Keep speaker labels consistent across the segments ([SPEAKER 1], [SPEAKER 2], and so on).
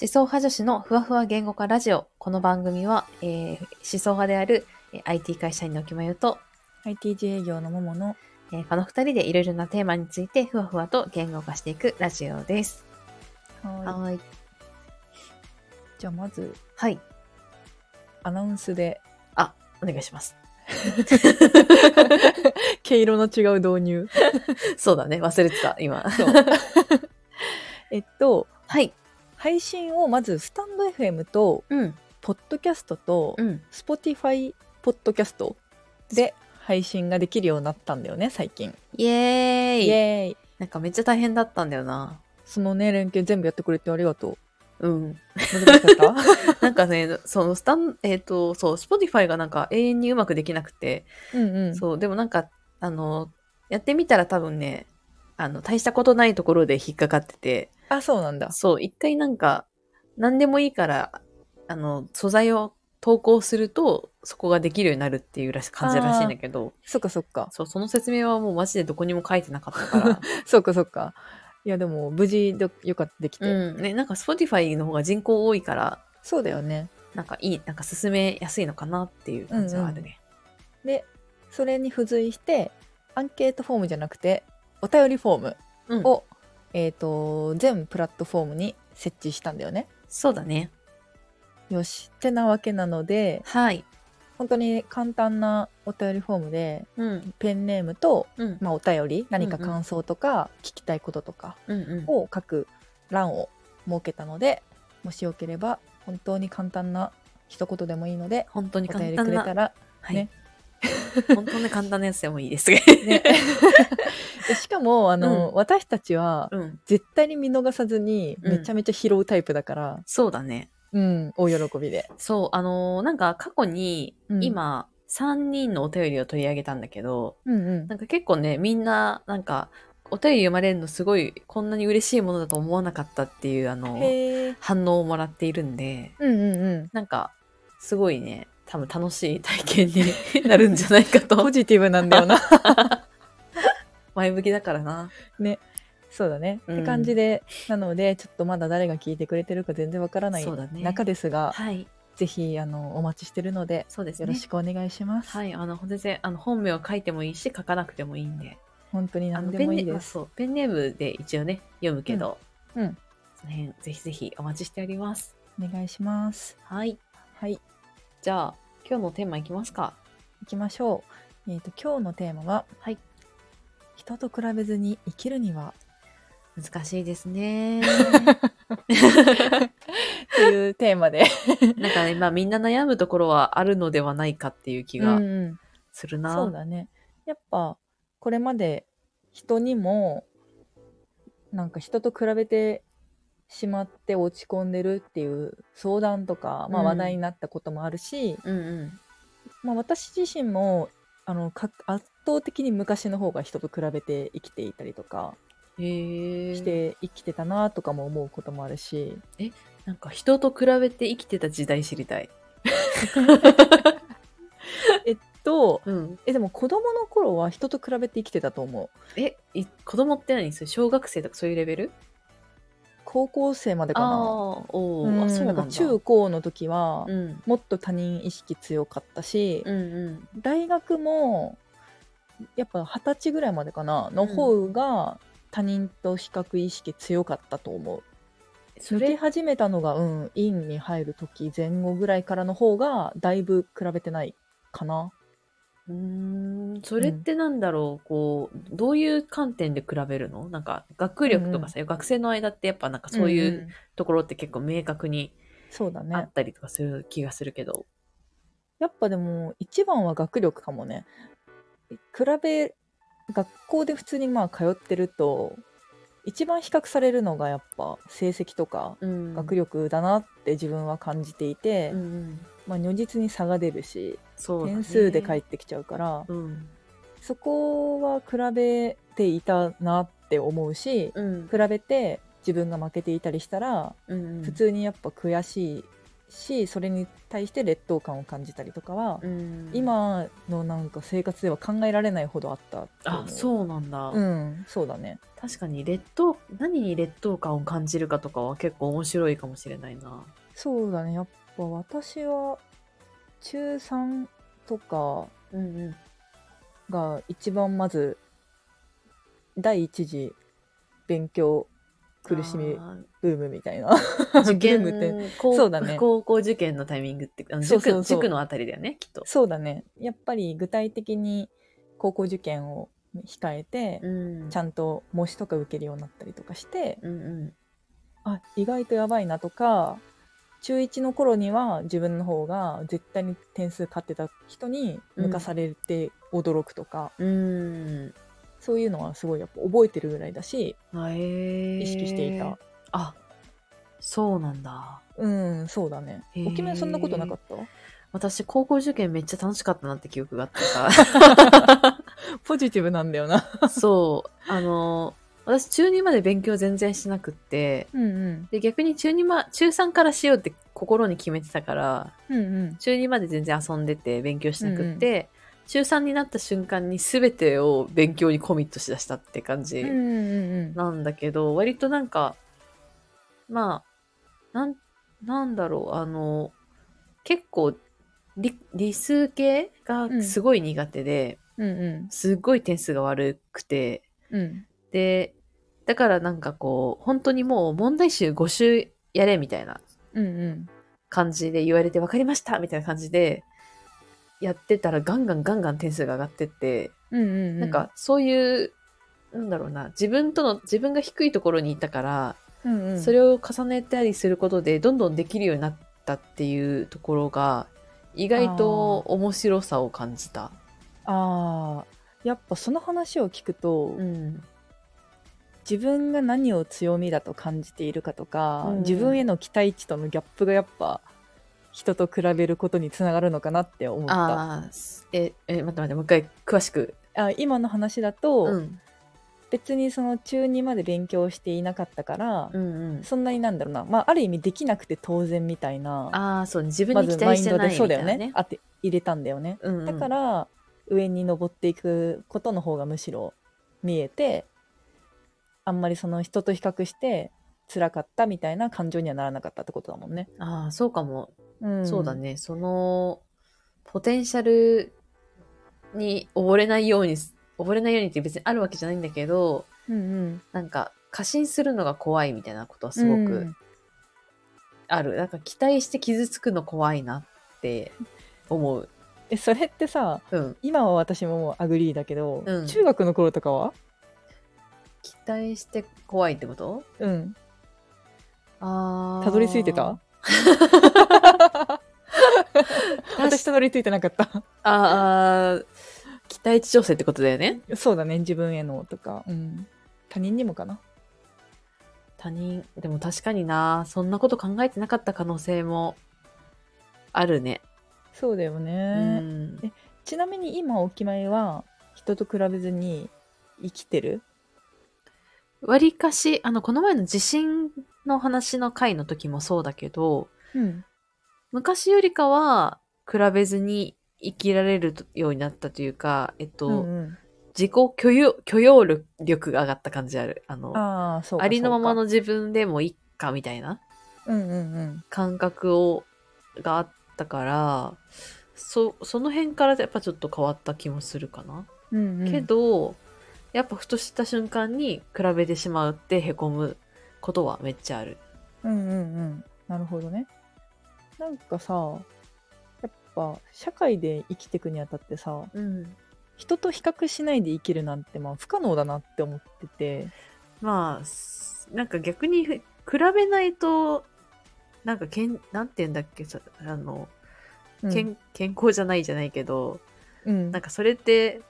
[SPEAKER 1] 思想派女子のふわふわ言語化ラジオ。この番組は、えー思想派であるえー IT 会社員のきまゆと、
[SPEAKER 2] IT 自営業のももの
[SPEAKER 1] えー、パの二人でいろいろなテーマについてふわふわと言語化していくラジオです。
[SPEAKER 2] は
[SPEAKER 1] はい。
[SPEAKER 2] いじゃあまず
[SPEAKER 1] はい。
[SPEAKER 2] アナウンスで
[SPEAKER 1] お願いします。
[SPEAKER 2] 毛色の違う導入
[SPEAKER 1] そうだね。忘れてた、 今。
[SPEAKER 2] えっと
[SPEAKER 1] はい。
[SPEAKER 2] 配信をまずスタンド FM と
[SPEAKER 1] うん。
[SPEAKER 2] ポッドキャストと
[SPEAKER 1] うん。
[SPEAKER 2] Spotify ポッドキャストで配信ができるようになったんだよね最近
[SPEAKER 1] イエーイ
[SPEAKER 2] イエーイ
[SPEAKER 1] なんかめっちゃ大変だったんだよな。
[SPEAKER 2] そのね連携全部やってくれてありが とう
[SPEAKER 1] うん。
[SPEAKER 2] 難しかった
[SPEAKER 1] なんかね、そのスタン、えっ、と、そう、Spotify がなんか永遠にうまくできなくて、
[SPEAKER 2] うんうん
[SPEAKER 1] そう、でもなんか、あの、やってみたら多分ね、あの、大したことないところで引っかかってて、
[SPEAKER 2] あそうなんだ
[SPEAKER 1] そう、一回なんか、何でもいいから、あの、素材を投稿すると、そこができるようになるっていうらし感じらしいんだけど、
[SPEAKER 2] そっかそっか
[SPEAKER 1] そう、その説明はもうマジでどこにも書いてなかった から、
[SPEAKER 2] そっかそっかいやでも無事でよかったできて、
[SPEAKER 1] うん、ね、なんか Spotify の方が人口多いから、
[SPEAKER 2] そうだよね
[SPEAKER 1] なんかいい、なんか進めやすいのかなっていう感じはあるね。
[SPEAKER 2] でそれに付随してアンケートフォームじゃなくてお便りフォーム
[SPEAKER 1] うん
[SPEAKER 2] を、えー、と全プラットフォームに設置したんだよね。
[SPEAKER 1] そうだね。
[SPEAKER 2] よしってなわけなので
[SPEAKER 1] はい。
[SPEAKER 2] 本当に簡単なお便りフォームで
[SPEAKER 1] うん。
[SPEAKER 2] ペンネームと、
[SPEAKER 1] うん。
[SPEAKER 2] まあ、お便り何か感想とか聞きたいこととか
[SPEAKER 1] うんうん。
[SPEAKER 2] を書く欄を設けたのでもしよければ本当に簡単な一言でもいいので
[SPEAKER 1] 本当に
[SPEAKER 2] お
[SPEAKER 1] 簡
[SPEAKER 2] 便り
[SPEAKER 1] 単
[SPEAKER 2] くれ
[SPEAKER 1] な。
[SPEAKER 2] たら
[SPEAKER 1] はい。
[SPEAKER 2] ね
[SPEAKER 1] 本当に簡単なやつでもいいです。
[SPEAKER 2] ねでしかもあの、
[SPEAKER 1] うん
[SPEAKER 2] 私たちは
[SPEAKER 1] うん。
[SPEAKER 2] 絶対に見逃さずに
[SPEAKER 1] うん
[SPEAKER 2] めちゃめちゃ拾うタイプだから、
[SPEAKER 1] そうだね。
[SPEAKER 2] うん、大喜びで。
[SPEAKER 1] そう、あのーなんか過去に
[SPEAKER 2] う、ん
[SPEAKER 1] 今、3人のお便りを取り上げたんだけど、
[SPEAKER 2] うんうん
[SPEAKER 1] なんか結構ね、みんな、なんか、お便り読まれるのすごい、こんなに嬉しいものだと思わなかったっていう、あの
[SPEAKER 2] へえ。
[SPEAKER 1] 反応をもらっているんで、
[SPEAKER 2] うんうんうん。
[SPEAKER 1] なんか、すごいね、多分楽しい体験になるんじゃないか
[SPEAKER 2] ポ
[SPEAKER 1] と。
[SPEAKER 2] ジティブなんだ よな。
[SPEAKER 1] 前向きだからな。
[SPEAKER 2] そうだね。
[SPEAKER 1] うん
[SPEAKER 2] って感じで、なので、ちょっとまだ誰が聞いてくれてるか全然わからない
[SPEAKER 1] そうだね
[SPEAKER 2] 中ですが、
[SPEAKER 1] はい。
[SPEAKER 2] ぜひ、あの、お待ちしてるので、
[SPEAKER 1] そうです
[SPEAKER 2] よ
[SPEAKER 1] ね。
[SPEAKER 2] ろしくお願いします。
[SPEAKER 1] はい、あの、全然、あの、本名を書いてもいいし、書かなくてもいいんで。
[SPEAKER 2] 本当に
[SPEAKER 1] あ
[SPEAKER 2] 何
[SPEAKER 1] の、
[SPEAKER 2] で
[SPEAKER 1] ペ
[SPEAKER 2] も
[SPEAKER 1] ン
[SPEAKER 2] い
[SPEAKER 1] ネ
[SPEAKER 2] い
[SPEAKER 1] ま
[SPEAKER 2] で
[SPEAKER 1] あ
[SPEAKER 2] す。
[SPEAKER 1] そう、ペンネームで一応ね、読むけど、
[SPEAKER 2] うんうん
[SPEAKER 1] その辺、ぜひぜひお待ちしております。
[SPEAKER 2] お願いします。
[SPEAKER 1] はい。
[SPEAKER 2] はい。
[SPEAKER 1] じゃあ、今日のテーマいきますか。
[SPEAKER 2] 行きましょう。えっ、と、今日のテーマは、
[SPEAKER 1] はい。
[SPEAKER 2] 人と比べずに生きるには、
[SPEAKER 1] 難しいです ね。
[SPEAKER 2] というテーマで。
[SPEAKER 1] なんかね、まあ、みんな悩むところはあるのではないかって いう気
[SPEAKER 2] う
[SPEAKER 1] が
[SPEAKER 2] んうん
[SPEAKER 1] するな。
[SPEAKER 2] そうだねやっぱこれまで人にもなんか人と比べてしまって落ち込んでるっていう相談とか、まあ、
[SPEAKER 1] うん
[SPEAKER 2] 話題になったこともあるし、
[SPEAKER 1] うんうん。
[SPEAKER 2] まあ、私自身もあのか圧倒的に昔の方が人と比べて生きていたりとか
[SPEAKER 1] へえ。
[SPEAKER 2] して生きてたなとかも思うこともあるし
[SPEAKER 1] なんか人と比べて生きてた時代知りたい。
[SPEAKER 2] えっと
[SPEAKER 1] うん。
[SPEAKER 2] えでも子供の頃は人と比べて生きてたと思う
[SPEAKER 1] え、い子供って何それ小学生とかそういうレベル
[SPEAKER 2] 高校生までか
[SPEAKER 1] ああ
[SPEAKER 2] な、
[SPEAKER 1] ー、おお、
[SPEAKER 2] うん
[SPEAKER 1] あ、そうなん
[SPEAKER 2] な
[SPEAKER 1] だ。
[SPEAKER 2] んか中高の時は、
[SPEAKER 1] うん。
[SPEAKER 2] もっと他人意識強かったし、
[SPEAKER 1] うんうん。
[SPEAKER 2] 大学もやっぱ二十歳ぐらいまでかなの方が他人と比較意識強かったと思う。
[SPEAKER 1] そ
[SPEAKER 2] 抜け
[SPEAKER 1] れ、
[SPEAKER 2] 始めたのがうん院に入る時前後ぐらいからの方がだいぶ比べてないかな。
[SPEAKER 1] うーん、それってなんだろう、こう、どういう観点で比べるのなんか、学力とかさ、学生の間ってやっぱなんかそうい
[SPEAKER 2] ん
[SPEAKER 1] ううんところって結構明確に
[SPEAKER 2] そうだね
[SPEAKER 1] あったりとかする気がするけど。
[SPEAKER 2] やっぱでも一番は学力かもね。比べ学校で普通にまあ通ってると一番比較されるのがやっぱ成績とか
[SPEAKER 1] うん
[SPEAKER 2] 学力だなって自分は感じていて、
[SPEAKER 1] うんうん。
[SPEAKER 2] まあ、如実に差が出るし、
[SPEAKER 1] そうだね。
[SPEAKER 2] 点数で返ってきちゃうから
[SPEAKER 1] うん。
[SPEAKER 2] そこは比べていたなって思うし、
[SPEAKER 1] うん。
[SPEAKER 2] 比べて自分が負けていたりしたら、
[SPEAKER 1] うんうん
[SPEAKER 2] 普通にやっぱ悔しいしそれに対して劣等感を感じたりとかは、
[SPEAKER 1] うん
[SPEAKER 2] 今のなんか生活では考えられないほどあったと思
[SPEAKER 1] あそうなんだ、
[SPEAKER 2] うんそうだね
[SPEAKER 1] 確かに劣等何に劣等感を感じるかとかは結構面白いかもしれないな
[SPEAKER 2] そうだねやっぱ私は中3とか
[SPEAKER 1] うんうん
[SPEAKER 2] が一番まず第一次勉強苦しみ
[SPEAKER 1] あー
[SPEAKER 2] ブームみたい な
[SPEAKER 1] 受験
[SPEAKER 2] ブームって
[SPEAKER 1] 高
[SPEAKER 2] そうだね
[SPEAKER 1] 高校受験のタイミングってあの
[SPEAKER 2] そう
[SPEAKER 1] 塾
[SPEAKER 2] そうそう
[SPEAKER 1] 塾のあたりだよねきっと
[SPEAKER 2] そうだねやっぱり具体的に高校受験を控えて、
[SPEAKER 1] うん
[SPEAKER 2] ちゃんと模試とか受けるようになったりとかして
[SPEAKER 1] うんう
[SPEAKER 2] あ意外とやばいなとか中1の頃には自分の方が絶対に点数勝ってた人に抜かされて驚くとか、
[SPEAKER 1] んうん
[SPEAKER 2] そういうのはすごいやっぱ覚えてるぐらいだし
[SPEAKER 1] あへー
[SPEAKER 2] 意識していた、
[SPEAKER 1] あそうなんだ
[SPEAKER 2] うんそうだね
[SPEAKER 1] へー
[SPEAKER 2] おきめそんなことなかった
[SPEAKER 1] 私高校受験めっちゃ楽しかったなって記憶があって さ
[SPEAKER 2] ポジティブなんだよな。
[SPEAKER 1] そう。あの、私中2まで勉強全然しなくって、
[SPEAKER 2] うんうん。
[SPEAKER 1] で逆に中2ま、中3からしようって心に決めてたから、
[SPEAKER 2] うんうん。
[SPEAKER 1] 中2まで全然遊んでて勉強しなくって、中3になった瞬間に全てを勉強にコミットしだしたって感じ
[SPEAKER 2] うんうん
[SPEAKER 1] なんだけど、割となんか、まあ、なん、なんだろう、あの、結構理、理数系がすごい苦手で、
[SPEAKER 2] うん。うん
[SPEAKER 1] すごい点数が悪くて、
[SPEAKER 2] うん。うん。
[SPEAKER 1] で、だからなんかこう、本当にもう問題集5週やれみたいな
[SPEAKER 2] うんうん。
[SPEAKER 1] 感じで言われて分かりましたみたいな感じでやってたらガンガンガンガン点数が上がってって、
[SPEAKER 2] うんうん。
[SPEAKER 1] なんか、そういう、なんだろうな、自分との、自分が低いところにいたから、
[SPEAKER 2] うんうん。
[SPEAKER 1] それを重ねたりすることでどんどんできるようになったっていうところが、意外と面白さを感じた。
[SPEAKER 2] ああ。やっぱその話を聞くと、
[SPEAKER 1] うん。
[SPEAKER 2] 自分が何を強みだと感じているかとか、
[SPEAKER 1] うんうん
[SPEAKER 2] 自分への期待値とのギャップがやっぱ人と比べることにつながるのかなって思ったあ
[SPEAKER 1] ああ、え、え、待って待って、もう一回詳しく。
[SPEAKER 2] 今の話だと、
[SPEAKER 1] うん。
[SPEAKER 2] 別にその中2まで勉強していなかったから、
[SPEAKER 1] うんうん。
[SPEAKER 2] そんなになんだろうな、まあ、ある意味できなくて当然みたいな
[SPEAKER 1] ああ、そうね、自分
[SPEAKER 2] ま
[SPEAKER 1] に
[SPEAKER 2] ず
[SPEAKER 1] 期
[SPEAKER 2] マ
[SPEAKER 1] 待
[SPEAKER 2] イ
[SPEAKER 1] して
[SPEAKER 2] ンド
[SPEAKER 1] ない
[SPEAKER 2] で
[SPEAKER 1] み
[SPEAKER 2] そ
[SPEAKER 1] た
[SPEAKER 2] うだ
[SPEAKER 1] い
[SPEAKER 2] よ
[SPEAKER 1] な
[SPEAKER 2] ね
[SPEAKER 1] ね。
[SPEAKER 2] あって入れたんだよね、
[SPEAKER 1] うんうん
[SPEAKER 2] だから上に登っていくことの方がむしろ見えてあんまりその人と比較して辛かったみたいな感情にはならなかったってことだもんね、
[SPEAKER 1] ああ、そうかも。
[SPEAKER 2] うん、
[SPEAKER 1] そうだね。その、ポテンシャルに溺れないようにす、溺れないようにって別にあるわけじゃないんだけど、
[SPEAKER 2] うんうん
[SPEAKER 1] なんか、過信するのが怖いみたいなことはすごくある。なんか、期待して傷つくの怖いなって思う。
[SPEAKER 2] えそれってさ
[SPEAKER 1] うん。
[SPEAKER 2] 今は私ももうアグリーだけど、
[SPEAKER 1] うん
[SPEAKER 2] 中学の頃とかは
[SPEAKER 1] 期待して怖いってこと
[SPEAKER 2] うん
[SPEAKER 1] ああ。
[SPEAKER 2] たどり着い てた私たどり着いてなかった
[SPEAKER 1] ああ、期待値調整ってことだよね。
[SPEAKER 2] そうだね自分へのとか、うん、他人にもかな
[SPEAKER 1] 他人でも確かになそんなこと考えてなかった可能性もあるね、
[SPEAKER 2] そうだよね、
[SPEAKER 1] うん
[SPEAKER 2] ちなみに今お決まりは人と比べずに生きてる
[SPEAKER 1] 割かしあのこの前の地震の話の回の時もそうだけど
[SPEAKER 2] うん
[SPEAKER 1] 昔よりかは比べずに生きられるようになったというかえっと、
[SPEAKER 2] うん
[SPEAKER 1] 自己許容許容力が上がった感じあるあのあ
[SPEAKER 2] ああそうか
[SPEAKER 1] りのままの
[SPEAKER 2] そう
[SPEAKER 1] 自分でもいいかみたいな
[SPEAKER 2] かうんうんうん
[SPEAKER 1] 感覚をがあったからそその辺からやっぱちょっと変わった気もするかな、
[SPEAKER 2] うんうん
[SPEAKER 1] けどやっぱふとした瞬間に比べてしまうってへこむことはめっちゃある
[SPEAKER 2] うんうんうんなるほどねなんかさやっぱ社会で生きていくにあたってさ
[SPEAKER 1] うん
[SPEAKER 2] 人と比較しないで生きるなんてまあ不可能だなって思ってて
[SPEAKER 1] まあすなんか逆にふ比べないとなんかけんなんて言うんだっけそあの、
[SPEAKER 2] うん
[SPEAKER 1] けん健康じゃないじゃないけど
[SPEAKER 2] うん
[SPEAKER 1] なんかそれって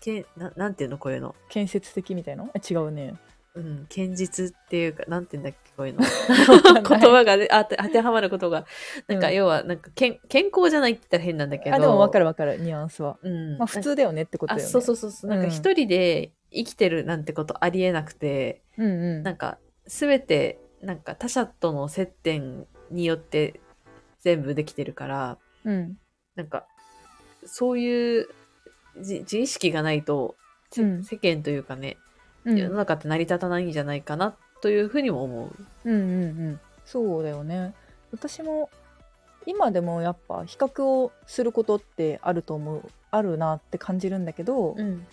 [SPEAKER 1] けんななんていうのこういうの
[SPEAKER 2] 建設的みたいなあ違うね
[SPEAKER 1] うん、堅実っていうか、なんて言うんだっけ、こういうの。
[SPEAKER 2] かんな い
[SPEAKER 1] 言葉がねあて当てはまることが、なんか、
[SPEAKER 2] うん
[SPEAKER 1] 要は、なんかけん、健康じゃないって言ったら変なんだけど。
[SPEAKER 2] あでも分か
[SPEAKER 1] る。
[SPEAKER 2] る分かるニュアンスは
[SPEAKER 1] うん。
[SPEAKER 2] まあ普通だよねってこと
[SPEAKER 1] あ、
[SPEAKER 2] よね
[SPEAKER 1] そうそうそうそう。なんか
[SPEAKER 2] うん
[SPEAKER 1] 一人で生きてるなんてことありえなくて、
[SPEAKER 2] うんうん
[SPEAKER 1] なんか、すべて、なんか他者との接点によって全部できてるから、
[SPEAKER 2] うん
[SPEAKER 1] なんか、そういうじ自意識がないと、せ
[SPEAKER 2] うん
[SPEAKER 1] 世間というかね、
[SPEAKER 2] うん
[SPEAKER 1] 世の中って成り立たないんじゃないかなというふうにも思う。
[SPEAKER 2] うんうんうんそうだよね私も今でもやっぱ比較をすることってあると思うあるなって感じるんだけど、
[SPEAKER 1] ん。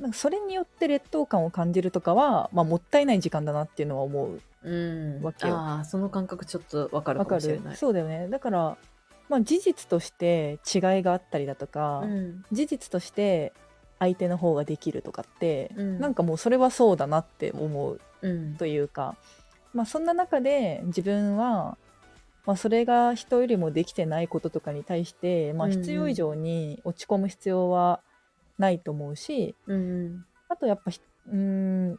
[SPEAKER 2] なんかそれによって劣等感を感じるとかは、まあ、もったいない時間だなっていうのは思う
[SPEAKER 1] うん。
[SPEAKER 2] わけよ
[SPEAKER 1] ああ、その感覚ちょっとわかる
[SPEAKER 2] わ
[SPEAKER 1] か
[SPEAKER 2] か
[SPEAKER 1] もしれ
[SPEAKER 2] る
[SPEAKER 1] ない。
[SPEAKER 2] そうだよねだから、まあ、事実として違いがあったりだとか、
[SPEAKER 1] うん。
[SPEAKER 2] 事実として相手の方ができるとかって、
[SPEAKER 1] うん
[SPEAKER 2] なんかもうそれはそうだなって思う
[SPEAKER 1] うん。
[SPEAKER 2] というか、まあ、そんな中で自分は、まあ、それが人よりもできてないこととかに対して、まあ、
[SPEAKER 1] うんうん
[SPEAKER 2] 必要以上に落ち込む必要はないと思うし、
[SPEAKER 1] うん。
[SPEAKER 2] あとやっぱひうーん、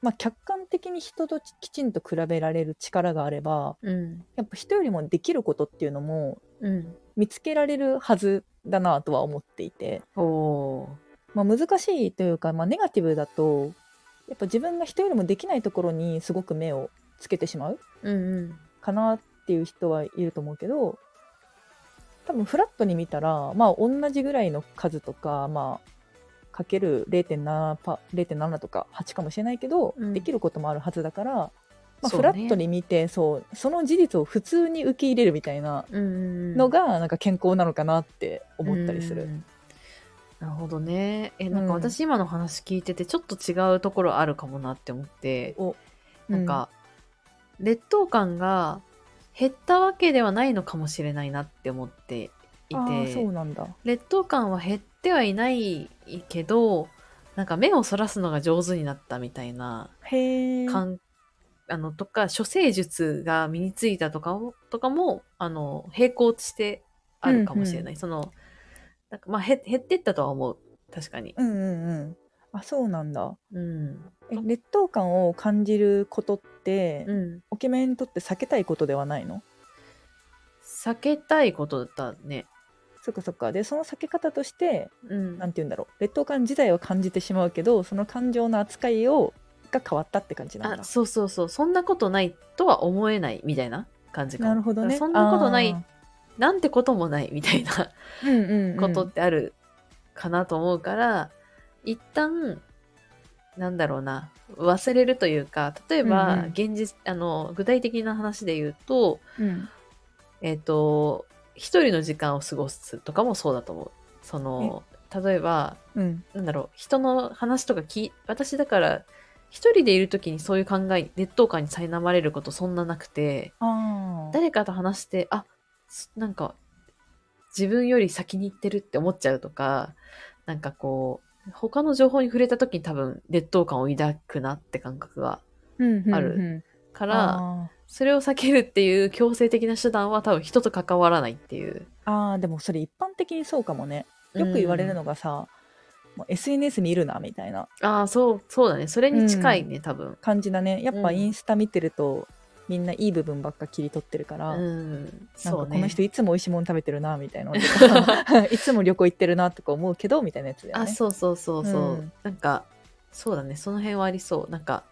[SPEAKER 2] まあ、客観的に人ときちんと比べられる力があれば
[SPEAKER 1] うん。
[SPEAKER 2] やっぱ人よりもできることっていうのも
[SPEAKER 1] うん。
[SPEAKER 2] 見つけられるはずだなとは思っていて、
[SPEAKER 1] おー。
[SPEAKER 2] まあ、難しいというか、まあ、ネガティブだとやっぱ自分が人よりもできないところにすごく目をつけてしまう
[SPEAKER 1] うんうん。
[SPEAKER 2] かなっていう人はいると思うけど多分フラットに見たらまあ同じぐらいの数とかまあかける0.7パ0.7とか8かもしれないけど、
[SPEAKER 1] うん
[SPEAKER 2] できることもあるはずだから、まあ、
[SPEAKER 1] そう
[SPEAKER 2] フ
[SPEAKER 1] ね
[SPEAKER 2] ラットに見てそう、その事実を普通に受け入れるみたいな
[SPEAKER 1] うんうん。
[SPEAKER 2] のがなんか健康なのかなって思ったりす
[SPEAKER 1] う
[SPEAKER 2] る。
[SPEAKER 1] んなるほどね。え、なん
[SPEAKER 2] うん
[SPEAKER 1] か私今の話聞いててちょっと違うところあるかもなって思って、
[SPEAKER 2] お
[SPEAKER 1] なんか、劣等感が減ったわけではないのかもしれないなって思ってい
[SPEAKER 2] あーそう
[SPEAKER 1] て、
[SPEAKER 2] なんだ。
[SPEAKER 1] 劣等感は減ってはいないけど、なんか目をそらすのが上手になったみたいな
[SPEAKER 2] へえ。
[SPEAKER 1] 感あのとか処世術が身についたとかをとかもあの並行してあるかもしれない、そのなんかまあへ減ってったとは思う確かに、
[SPEAKER 2] うんうんうん。あそうなんだ。
[SPEAKER 1] うん
[SPEAKER 2] え劣等感を感じることって、
[SPEAKER 1] うん、
[SPEAKER 2] おけめにとって避けたいことではないの
[SPEAKER 1] 避けたいことだね、
[SPEAKER 2] そっかそっかでその避け方として
[SPEAKER 1] うん、
[SPEAKER 2] なんて言うんだろう劣等感自体は感じてしまうけどその感情の扱いをが変わったって感じなんだ
[SPEAKER 1] あそうそうそうそんなことないとは思えないみたいな感じかも
[SPEAKER 2] なるほどね
[SPEAKER 1] だからそんなことな
[SPEAKER 2] あ
[SPEAKER 1] いなんてこともないみたいな
[SPEAKER 2] ーうんうんうん
[SPEAKER 1] ことってあるかなと思うから、一旦なんだろうな忘れるというか例えば、
[SPEAKER 2] うんうん
[SPEAKER 1] 現実あの具体的な話で言うと
[SPEAKER 2] うん
[SPEAKER 1] えっ、と一人の時間を過ごすとかもそうだと思う。その例えば
[SPEAKER 2] うん
[SPEAKER 1] なんだろう人の話とか聞い私だから一人でいる時にそういう考え劣等感に苛まれることそんななくて、
[SPEAKER 2] あー
[SPEAKER 1] 誰かと話してあすなんか自分より先に行ってるって思っちゃうとかなんかこう他の情報に触れた時に多分劣等感を抱くなって感覚が
[SPEAKER 2] うんうんうん
[SPEAKER 1] あるか
[SPEAKER 2] からあ
[SPEAKER 1] それを避けるっていう強制的な手段は多分人と関わらないっていう
[SPEAKER 2] ーあーでもそれ一般的にそうかもねよく言われるのがさ、もう SNS 見るなみたいな
[SPEAKER 1] うんああそうそうだねそれに近いね、多分
[SPEAKER 2] 感じだねやっぱ
[SPEAKER 1] うん
[SPEAKER 2] インスタ見てると、みんないい部分ばっか切り取ってるから、
[SPEAKER 1] うん
[SPEAKER 2] なん
[SPEAKER 1] そ
[SPEAKER 2] か
[SPEAKER 1] う
[SPEAKER 2] この
[SPEAKER 1] ね
[SPEAKER 2] 人いつも美味しいもの食べてるなみ たいなのとかいつも旅行行ってるなとか思うけどみたいなやつだよ
[SPEAKER 1] あ
[SPEAKER 2] ね。
[SPEAKER 1] そうそうそうそう、
[SPEAKER 2] うん
[SPEAKER 1] なんかそうだねその辺はありそうなんか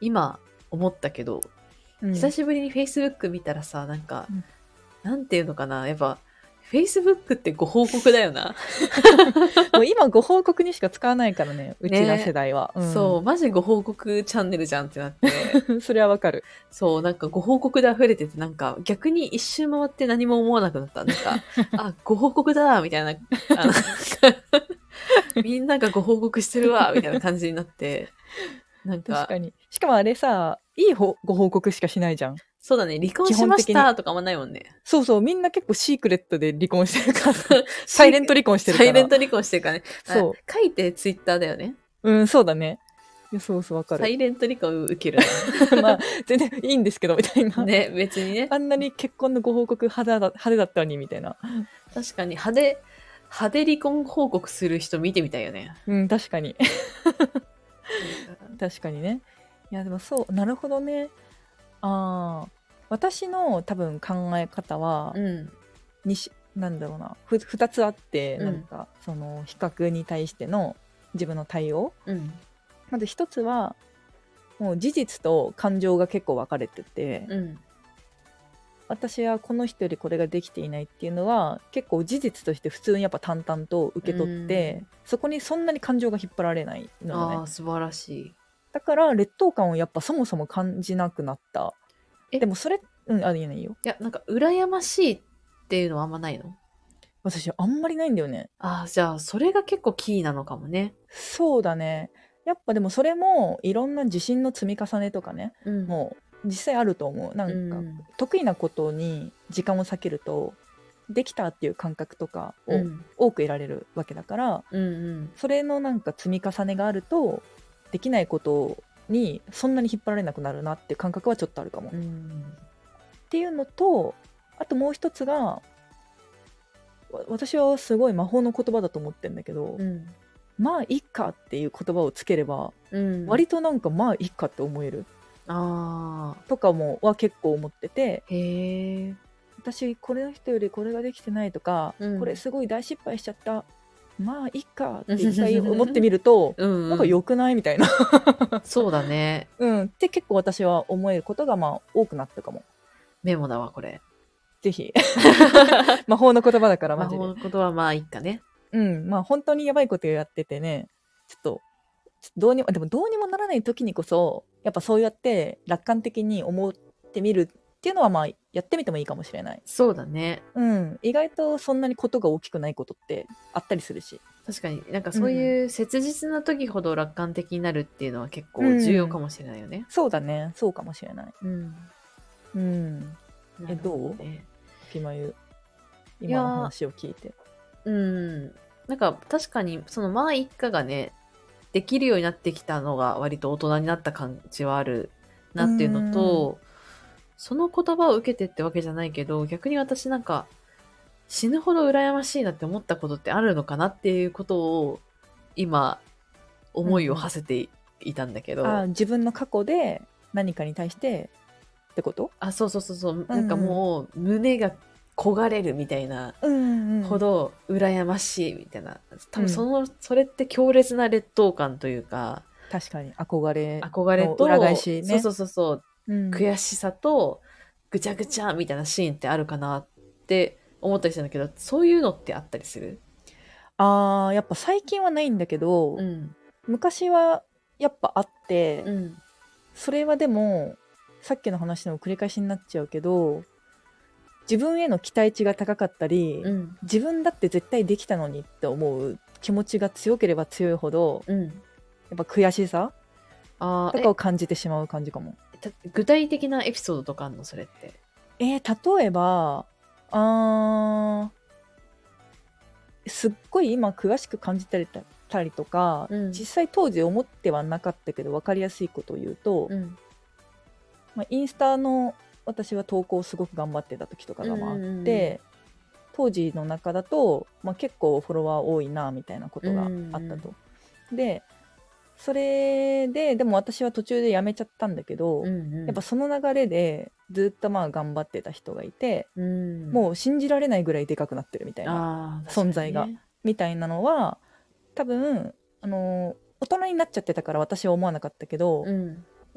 [SPEAKER 1] 今思ったけど
[SPEAKER 2] うん
[SPEAKER 1] 久しぶりに Facebook 見たらさなんか、
[SPEAKER 2] うん
[SPEAKER 1] なんていうのかなやっぱ Facebook ってご報告だよな、
[SPEAKER 2] もう今ご報告にしか使わないからねうちら世代は。ん
[SPEAKER 1] そうマジご報告チャンネルじゃんってなって
[SPEAKER 2] それはわかる。
[SPEAKER 1] そうなんかご報告で溢れててなんか逆に一周回って何も思わなくなったなん かあご報告だみたいなあのみんながご報告してるわみたいな感じになってなんか
[SPEAKER 2] 確かに。しかもあれさいいほご報告しかしないじゃん。
[SPEAKER 1] そうだね離婚しましたとかあんまないもんね
[SPEAKER 2] そうそうみんな結構シークレットで離婚してるから サイレント離婚してる
[SPEAKER 1] サ
[SPEAKER 2] から。
[SPEAKER 1] イレント離婚してるからね
[SPEAKER 2] そう
[SPEAKER 1] あ書いてツイッターだよね
[SPEAKER 2] うんそうだね。いやそうそうわか
[SPEAKER 1] サ
[SPEAKER 2] る。
[SPEAKER 1] イレント離婚受けるな
[SPEAKER 2] まあ全然いいんですけどみたい な。
[SPEAKER 1] ね別にね
[SPEAKER 2] あんなに結婚のご報告派手だ派手だったのにみたいな。
[SPEAKER 1] 確かに派手派手離婚報告する人見てみたいよね
[SPEAKER 2] うん確かに。確かにねいやでもそうなるほどねあー私の多分考え方は、
[SPEAKER 1] うん
[SPEAKER 2] にしなんだろうなふ2つあって、
[SPEAKER 1] うん
[SPEAKER 2] なんかその比較に対しての自分の対応
[SPEAKER 1] うん
[SPEAKER 2] まず1つはもう事実と感情が結構分かれてて、
[SPEAKER 1] うん
[SPEAKER 2] 私はこの人よりこれができていないっていうのは結構事実として普通にやっぱ淡々と受け取って、そこにそんなに感情が引っ張られないの
[SPEAKER 1] あ
[SPEAKER 2] よ
[SPEAKER 1] あ
[SPEAKER 2] ね
[SPEAKER 1] 素晴らし
[SPEAKER 2] だから劣等感をやっぱそもそも感じなくなった
[SPEAKER 1] え
[SPEAKER 2] でもそれうんありえないよ
[SPEAKER 1] いいやなんか羨ましいっていうのはあんまないの
[SPEAKER 2] 私あんまりないんだよね
[SPEAKER 1] ああじゃあそれが結構キーなのかもね、
[SPEAKER 2] そうだねやっぱでもそれもいろんな自信の積み重ねとかね
[SPEAKER 1] うん、
[SPEAKER 2] もう実際あると思うな
[SPEAKER 1] うん
[SPEAKER 2] か
[SPEAKER 1] ん
[SPEAKER 2] 得意なことに時間を割けるとできたっていう感覚とか
[SPEAKER 1] う
[SPEAKER 2] を
[SPEAKER 1] ん
[SPEAKER 2] 多く得られるわけだから、
[SPEAKER 1] うんうん
[SPEAKER 2] それのなんか積み重ねがあるとできないことにそんなに引っ張られなくなるなっていう感覚はちょっとあるかも。
[SPEAKER 1] う
[SPEAKER 2] っ
[SPEAKER 1] ん
[SPEAKER 2] ていうのとあともう一つがわ私はすごい魔法の言葉だと思ってるんだけど「
[SPEAKER 1] うん
[SPEAKER 2] まあいっか」っていう言葉をつければ
[SPEAKER 1] うん
[SPEAKER 2] 割となんか「まあいっか」って思える
[SPEAKER 1] ああ
[SPEAKER 2] とかもは結構思ってて
[SPEAKER 1] へえ
[SPEAKER 2] 私これの人よりこれができてないとか、
[SPEAKER 1] うん
[SPEAKER 2] これすごい大失敗しちゃったまあいっかって一回思ってみると
[SPEAKER 1] うんうん
[SPEAKER 2] なんか良くないみたいな、
[SPEAKER 1] そうだね
[SPEAKER 2] うん、って結構私は思えることがまあ多くなったかも
[SPEAKER 1] メモだわこれ
[SPEAKER 2] ぜひ 魔法の言葉だから
[SPEAKER 1] 魔
[SPEAKER 2] マジで
[SPEAKER 1] 法のことはまあいいかね
[SPEAKER 2] うんまあ本当にやばいことやっててねちょっとちょっとどうにもでもどうにもならない時にこそやっぱそうやって楽観的に思ってみるっていうのはまあやってみてもいいかもしれない、
[SPEAKER 1] そうだね
[SPEAKER 2] うん、意外とそんなにことが大きくないことってあったりするし
[SPEAKER 1] 確かになんかそういう切実な時ほど楽観的になるっていうのは結構重要かもしれないよね。
[SPEAKER 2] そうだね、そうかもしれない。
[SPEAKER 1] うん。
[SPEAKER 2] うん、え
[SPEAKER 1] なるほね
[SPEAKER 2] ピマユ、
[SPEAKER 1] いや
[SPEAKER 2] 今
[SPEAKER 1] ー
[SPEAKER 2] の話を聞いて。
[SPEAKER 1] うん。なんか確かにそのまあ一家がねできるようになってきたのが割と大人になった感じはあるなっていうのと、その言葉を受けてってわけじゃないけど逆に私なんか死ぬほど羨ましいなって思ったことってあるのかなっていうことを今思いを馳せていたんだけど、
[SPEAKER 2] あー自分の過去で何かに対してってこと
[SPEAKER 1] あそうそうそうそうなんかもう胸が焦がれるみたいな
[SPEAKER 2] うん
[SPEAKER 1] ほど羨ましいみたいな多
[SPEAKER 2] うん
[SPEAKER 1] 分その、それって強烈な劣等感というか
[SPEAKER 2] 確かに憧れ、
[SPEAKER 1] 憧れ
[SPEAKER 2] の
[SPEAKER 1] と
[SPEAKER 2] 裏返し
[SPEAKER 1] そ
[SPEAKER 2] ね
[SPEAKER 1] うそうそうそう
[SPEAKER 2] うん
[SPEAKER 1] 悔しさとぐちゃぐちゃみたいなシーンってあるかなって思ったりしたんだけどそういうのってあったりする
[SPEAKER 2] あーやっぱ最近はないんだけど、
[SPEAKER 1] ん
[SPEAKER 2] 昔はやっぱあって、
[SPEAKER 1] うん
[SPEAKER 2] それはでもさっきの話の繰り返しになっちゃうけど自分への期待値が高かったり、
[SPEAKER 1] うん
[SPEAKER 2] 自分だって絶対できたのにって思う気持ちが強ければ強いほど
[SPEAKER 1] うん
[SPEAKER 2] やっぱ悔しさ
[SPEAKER 1] あ
[SPEAKER 2] とかを感じてしまう感じかも。
[SPEAKER 1] ーえた具体的なエピソードとかあんのそれって
[SPEAKER 2] えー例えばあーすっごい今詳しく感じたりたたりとか、
[SPEAKER 1] うん
[SPEAKER 2] 実際当時思ってはなかったけど分かりやすいことを言うと、
[SPEAKER 1] ん
[SPEAKER 2] まあ、インスタの私は投稿をすごく頑張ってた時とかがまああっ
[SPEAKER 1] う
[SPEAKER 2] て、
[SPEAKER 1] んうんうん
[SPEAKER 2] 当時の中だと、まあ、結構フォロワー多いなみたいなことがあったと。でそれででも私は途中でやめちゃったんだけど、
[SPEAKER 1] うんうん
[SPEAKER 2] やっぱその流れでずっとまあ頑張ってた人がいて、
[SPEAKER 1] うん
[SPEAKER 2] もう信じられないぐらいでかくなってるみたいな
[SPEAKER 1] あー
[SPEAKER 2] 存在が
[SPEAKER 1] 確か
[SPEAKER 2] みたいなのは多分あのー大人になっちゃってたから私は思わなかったけど
[SPEAKER 1] に、ね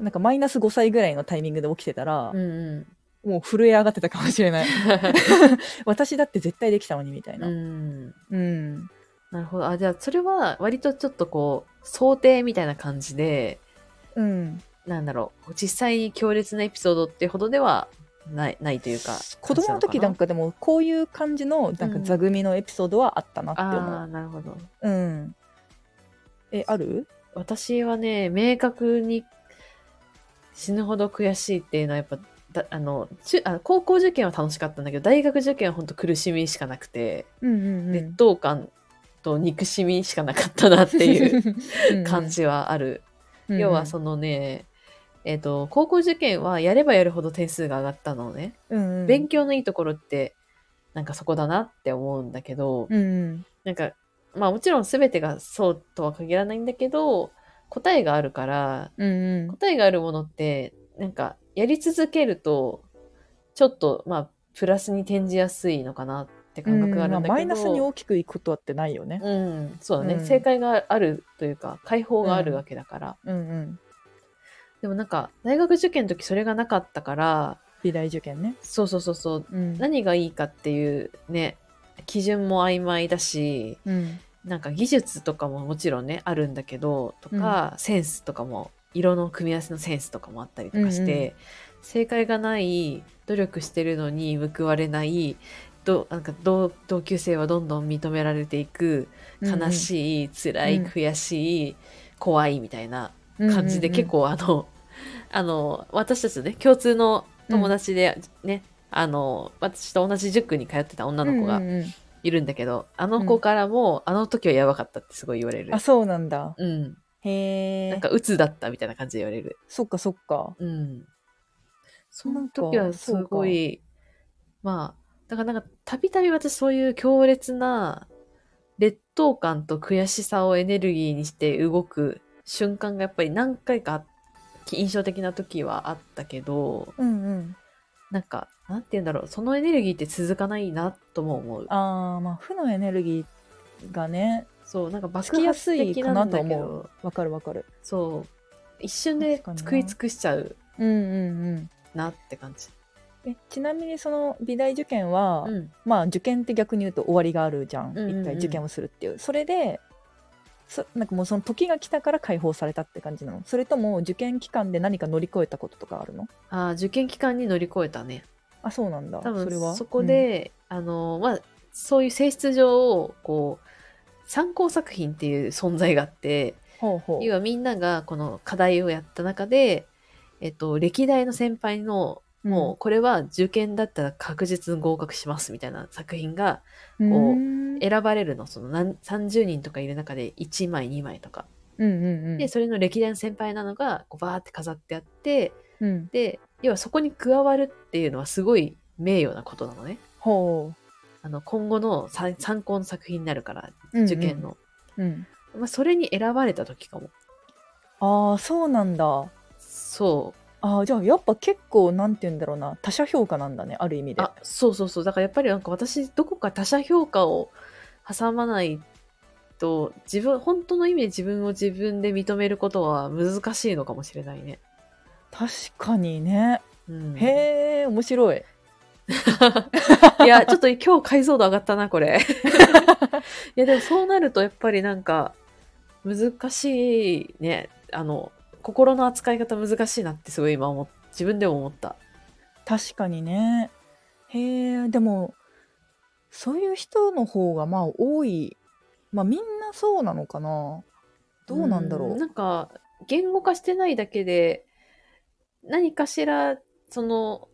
[SPEAKER 1] うん
[SPEAKER 2] なんかマイナス5歳ぐらいのタイミングで起きてたら
[SPEAKER 1] う、んうん
[SPEAKER 2] もう震え上がってたかも しれない 私だって絶対できたのにみたいな、
[SPEAKER 1] う
[SPEAKER 2] うん
[SPEAKER 1] ん
[SPEAKER 2] うん
[SPEAKER 1] なるほどあじゃあそれは割とちょっとこう想定みたいな感じでなんだろう実際に強烈なエピソードってほどではないないというか
[SPEAKER 2] 子供の時なん
[SPEAKER 1] か
[SPEAKER 2] かでもこういう感じのなんか座組のエピソードはあったなって
[SPEAKER 1] ああー
[SPEAKER 2] 思
[SPEAKER 1] なるほど
[SPEAKER 2] う、うん、えある
[SPEAKER 1] 私はね明確に死ぬほど悔しいっていうのはやっぱだあの中あの高校受験は楽しかったんだけど大学受験は本当苦しみしかなくて、
[SPEAKER 2] うんうん
[SPEAKER 1] 劣等感と憎しみしかなかったなって いう
[SPEAKER 2] うん
[SPEAKER 1] 感、じはある
[SPEAKER 2] うん
[SPEAKER 1] 要はそのね、えっと高校受験はやればやるほど点数が上がったのね、
[SPEAKER 2] うんうん、
[SPEAKER 1] 勉強のいいところってなんかそこだなって思うんだけど、
[SPEAKER 2] うんうん
[SPEAKER 1] なんかまあもちろん全てがそうとは限らないんだけど答えがあるから
[SPEAKER 2] うん
[SPEAKER 1] 答えがあるものってなんかやり続けるとちょっとまあプラスに転じやすいのかなって
[SPEAKER 2] うん
[SPEAKER 1] 感覚があるんだけど、
[SPEAKER 2] まあマイナスに大きくいくことはってないよね。
[SPEAKER 1] うん、そうだね、
[SPEAKER 2] うん
[SPEAKER 1] 正解があるというか解放があるわけだから、
[SPEAKER 2] うんうん
[SPEAKER 1] でもなんか大学受験の時それがなかったから
[SPEAKER 2] 美大受験ね。
[SPEAKER 1] そうそうそうそう
[SPEAKER 2] うん。
[SPEAKER 1] 何がいいかっていうね基準も曖昧だし
[SPEAKER 2] うん。
[SPEAKER 1] なんか技術とかももちろんねあるんだけどとか、センスとかも色の組み合わせのセンスとかもあったりとかして、
[SPEAKER 2] うんう
[SPEAKER 1] 正解がない努力してるのに報われないどなんか同同級生はどんどん認められていく悲
[SPEAKER 2] い
[SPEAKER 1] しい、辛
[SPEAKER 2] う
[SPEAKER 1] い
[SPEAKER 2] ん
[SPEAKER 1] 悔しい怖いみたいな感じで結。構あの、あの私たちのね共通の友達でね、あの私と同じ塾に通ってた女
[SPEAKER 2] うん
[SPEAKER 1] の子
[SPEAKER 2] う
[SPEAKER 1] が
[SPEAKER 2] んうんうん
[SPEAKER 1] いるんだけど、あの子からも、あの時はやばかったってすごい言われる
[SPEAKER 2] あ、。そうなんだ。
[SPEAKER 1] うん、
[SPEAKER 2] へえ。
[SPEAKER 1] なんか鬱だったみたいな感じで言われる。
[SPEAKER 2] そっかそっか。
[SPEAKER 1] うん、その
[SPEAKER 2] なんか
[SPEAKER 1] 時はすごいまあだからなんかたびたび私そういう強烈な劣等感と悔しさをエネルギーにして動く瞬間がやっぱり何回か印象的な時はあったけど
[SPEAKER 2] うんうん。
[SPEAKER 1] なんかなんて言うんだろうそのエネルギーって続かないなとも思う
[SPEAKER 2] ああ、まあ負のエネルギーがね、
[SPEAKER 1] そうなんか
[SPEAKER 2] つ
[SPEAKER 1] 爆
[SPEAKER 2] きや
[SPEAKER 1] 発
[SPEAKER 2] すい
[SPEAKER 1] 的
[SPEAKER 2] か
[SPEAKER 1] な
[SPEAKER 2] なんと
[SPEAKER 1] だけ
[SPEAKER 2] 思
[SPEAKER 1] ど
[SPEAKER 2] う。わかるわかる。
[SPEAKER 1] そう一瞬で
[SPEAKER 2] 確かにな
[SPEAKER 1] 食い尽くしちゃう
[SPEAKER 2] うんうん
[SPEAKER 1] なって感じ
[SPEAKER 2] うん。えちなみにその美大受験は、
[SPEAKER 1] うん
[SPEAKER 2] まあ受験って逆に言うと終わりがあるじゃん,、
[SPEAKER 1] んうんうん
[SPEAKER 2] 一回受験をするっていうそれでそなんかもうその時が来たから解放されたって感じなのそれとも受験期間で何か乗り越えたこととかあるの
[SPEAKER 1] あー受験期間に乗り越えたね
[SPEAKER 2] あそうなんだ
[SPEAKER 1] 多分
[SPEAKER 2] それ
[SPEAKER 1] そ
[SPEAKER 2] は
[SPEAKER 1] こ、で、あのまあそういう性質上こう参考作品っていう存在があって
[SPEAKER 2] うんほうほう
[SPEAKER 1] 要はみんながこの課題をやった中で、えっと、歴代の先輩のもうこれは受験だったら確実に合格しますみたいな作品が
[SPEAKER 2] うん、
[SPEAKER 1] こう
[SPEAKER 2] うん
[SPEAKER 1] 選ばれるのその何30人とかいる中で1枚2枚とか
[SPEAKER 2] うんうん
[SPEAKER 1] でそれの歴代の先輩なのがこうバーって飾ってあって
[SPEAKER 2] うん
[SPEAKER 1] で要はそこに加わるっていうのはすごい名誉なことなのね。
[SPEAKER 2] ほ
[SPEAKER 1] あの今後の参参考の作品になるから
[SPEAKER 2] う
[SPEAKER 1] 受験、の、
[SPEAKER 2] うんうんうん
[SPEAKER 1] まあ、それに選ばれた時かも
[SPEAKER 2] ああそうなんだ
[SPEAKER 1] そ
[SPEAKER 2] あーじゃあやっぱ結構なんて言うんだろうな他者評価なんだねある意味
[SPEAKER 1] う
[SPEAKER 2] で
[SPEAKER 1] あそうそうそうだからやっぱりなんか私どこか他者評価を挟まないと自分本当の意味で自分を自分で認めることは難しいのかもしれないね、
[SPEAKER 2] 確かにね、
[SPEAKER 1] うん、
[SPEAKER 2] へえ面白い
[SPEAKER 1] いやちょっと今日解像度上がったなこ れいやでもそうなるとやっぱりなんか難しいねあの心の扱い方難しいなってすごい今思っ自分でも思った
[SPEAKER 2] 確かにねへえでもそういう人の方がまあ多いまあみんなそうなのかなどうなんだろう
[SPEAKER 1] なんか言語化してないだけで何かしらその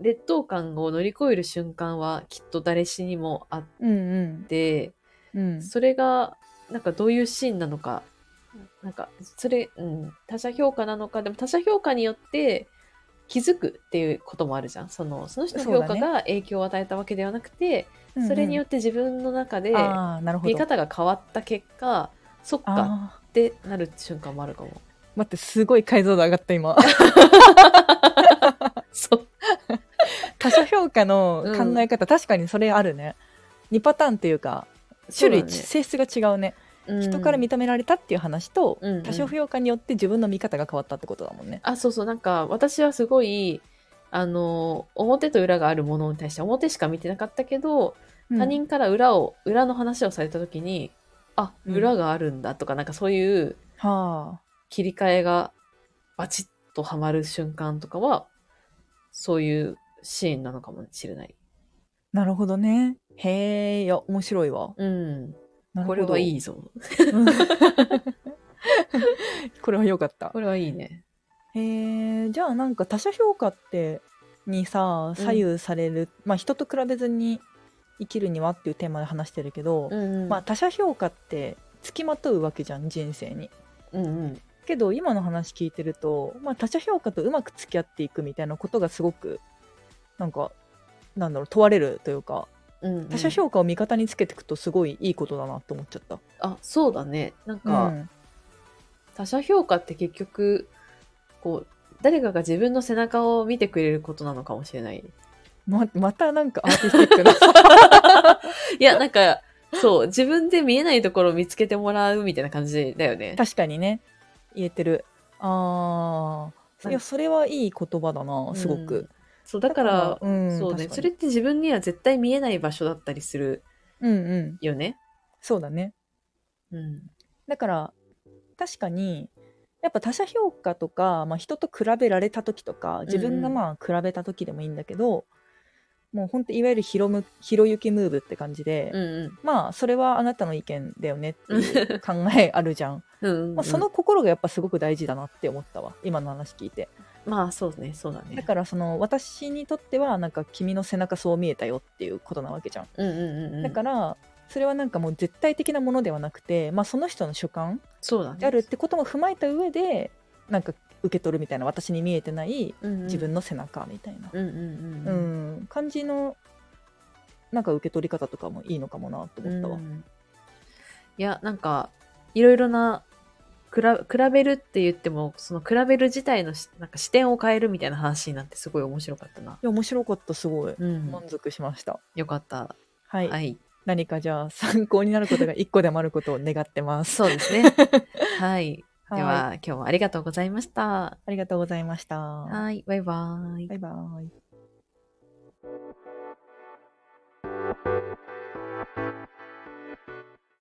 [SPEAKER 1] 劣等感を乗り越える瞬間はきっと誰しにもあっ
[SPEAKER 2] うん
[SPEAKER 1] て、
[SPEAKER 2] うんうん
[SPEAKER 1] それがなんかどういうシーンなのかなんかそれ、うん、他者評価なのかでも他者評価によって気づくっていうこともあるじゃんそのその人の評
[SPEAKER 2] そ
[SPEAKER 1] 価
[SPEAKER 2] うだ
[SPEAKER 1] が影響を与えたわけではなくてそ,、れによ
[SPEAKER 2] っ
[SPEAKER 1] って自分の中で
[SPEAKER 2] てああなるほど
[SPEAKER 1] 見方が変わった結果そっか
[SPEAKER 2] あー
[SPEAKER 1] ってなる瞬間もあるかも。
[SPEAKER 2] 待ってすごい解像度上がっ た今
[SPEAKER 1] そう。
[SPEAKER 2] 他者評価の
[SPEAKER 1] うん
[SPEAKER 2] 考え方、確かにそれあるね2パターンっていうか種類、性質が違うね、人から
[SPEAKER 1] 見
[SPEAKER 2] 認められたっていう話と、
[SPEAKER 1] うんうん
[SPEAKER 2] 他者評価によって自分の見方が変わったってことだもんね、
[SPEAKER 1] あ、そうそう。なんか、私はすごい、あの、表と裏があるものに対して、表しか見てなかったけど、
[SPEAKER 2] うん
[SPEAKER 1] 他人から裏を、裏の話をされた時に、あ、
[SPEAKER 2] うん
[SPEAKER 1] 裏があるんだとか、なんかそういう
[SPEAKER 2] はあ
[SPEAKER 1] 切り替えがバチッとはまる瞬間とかは、そういうシーンなのかもしれない。
[SPEAKER 2] なるほどね。へえ、いや、面白いわ。
[SPEAKER 1] うん。こ
[SPEAKER 2] なるほ
[SPEAKER 1] れ
[SPEAKER 2] ど
[SPEAKER 1] はい。いぞ。
[SPEAKER 2] うん これは良かった
[SPEAKER 1] こ。れはいいね。
[SPEAKER 2] へえ、じゃあなんか他者評価ってにさ、左右される、まあ人と比べずに生きるにはっていうテーマで話してるけど、
[SPEAKER 1] うん、うん。
[SPEAKER 2] まあ他者評価って付きまとうわけじゃん、人生に。
[SPEAKER 1] うんうん。
[SPEAKER 2] けど今の話聞いてると、まあ、他者評価とうまく付き合っていくみたいなことがすごくなんかなんだろう問われるというか
[SPEAKER 1] うんうん
[SPEAKER 2] 他者評価を味方につけていくとすごいいいことだなと思っちゃった。
[SPEAKER 1] あ、そうだね。なんか、
[SPEAKER 2] うん
[SPEAKER 1] 他者評価って結局こう誰かが自分の背中を見てくれることなのかもしれない
[SPEAKER 2] ままたなんかアーティスティックな
[SPEAKER 1] いやなんかそう自分で見えないところを見つけてもらうみたいな感じだよね
[SPEAKER 2] 確かにね言えてるあーいやそれはいい言葉だなすご
[SPEAKER 1] うん
[SPEAKER 2] く、
[SPEAKER 1] そう、だから、
[SPEAKER 2] うん
[SPEAKER 1] そうね、
[SPEAKER 2] 確か
[SPEAKER 1] そ
[SPEAKER 2] に
[SPEAKER 1] れって自分には絶対見えない場所だったりする
[SPEAKER 2] うんうん
[SPEAKER 1] よね。
[SPEAKER 2] そうだね
[SPEAKER 1] うん。
[SPEAKER 2] だから確かにやっぱ他者評価とか、まあ、人と比べられた時とか自
[SPEAKER 1] う
[SPEAKER 2] 分が
[SPEAKER 1] んうん
[SPEAKER 2] まあ比べた時でもいいんだけど、もうほんといわゆるひろむひろゆきムーブって感じで、
[SPEAKER 1] うんうん
[SPEAKER 2] まあそれはあなたの意見だよねっていう考えあるじゃん、
[SPEAKER 1] うんうんうん。
[SPEAKER 2] まあ、その心がやっぱすごく大事だなって思ったわ今の話聞いて
[SPEAKER 1] まあそうね、そうだね。
[SPEAKER 2] だからその私にとってはなんか君の背中そう見えたよっていうことなわけじゃん
[SPEAKER 1] うんうんうんうん。
[SPEAKER 2] だからそれはなんかもう絶対的なものではなくて、まあ、その人の主観
[SPEAKER 1] そうだね。
[SPEAKER 2] であるってことも踏まえた上でなんか受け取るみたいな私に見えてない
[SPEAKER 1] うんうん
[SPEAKER 2] 自分の背中みたいな、
[SPEAKER 1] うんうん
[SPEAKER 2] う
[SPEAKER 1] うん
[SPEAKER 2] ん感じのなんか受け取り方とかもいいのかもなと思ったわ。
[SPEAKER 1] うんいや、なんか、いろいろな、比比べるって言っても、その比べる自体のしなんか視点を変えるみたいな話になってすごい面白かったな。
[SPEAKER 2] いや面白かったすごい、
[SPEAKER 1] うん。
[SPEAKER 2] 満足しました。
[SPEAKER 1] よかった。
[SPEAKER 2] はい、
[SPEAKER 1] はい。
[SPEAKER 2] 何かじゃあ参考になることが一個でもあることを願ってます。
[SPEAKER 1] そうです ね。はい。
[SPEAKER 2] い
[SPEAKER 1] では、今日はありがとうございました。
[SPEAKER 2] ありがとうございました。は
[SPEAKER 1] はい。バイバイ。
[SPEAKER 2] バイバイ。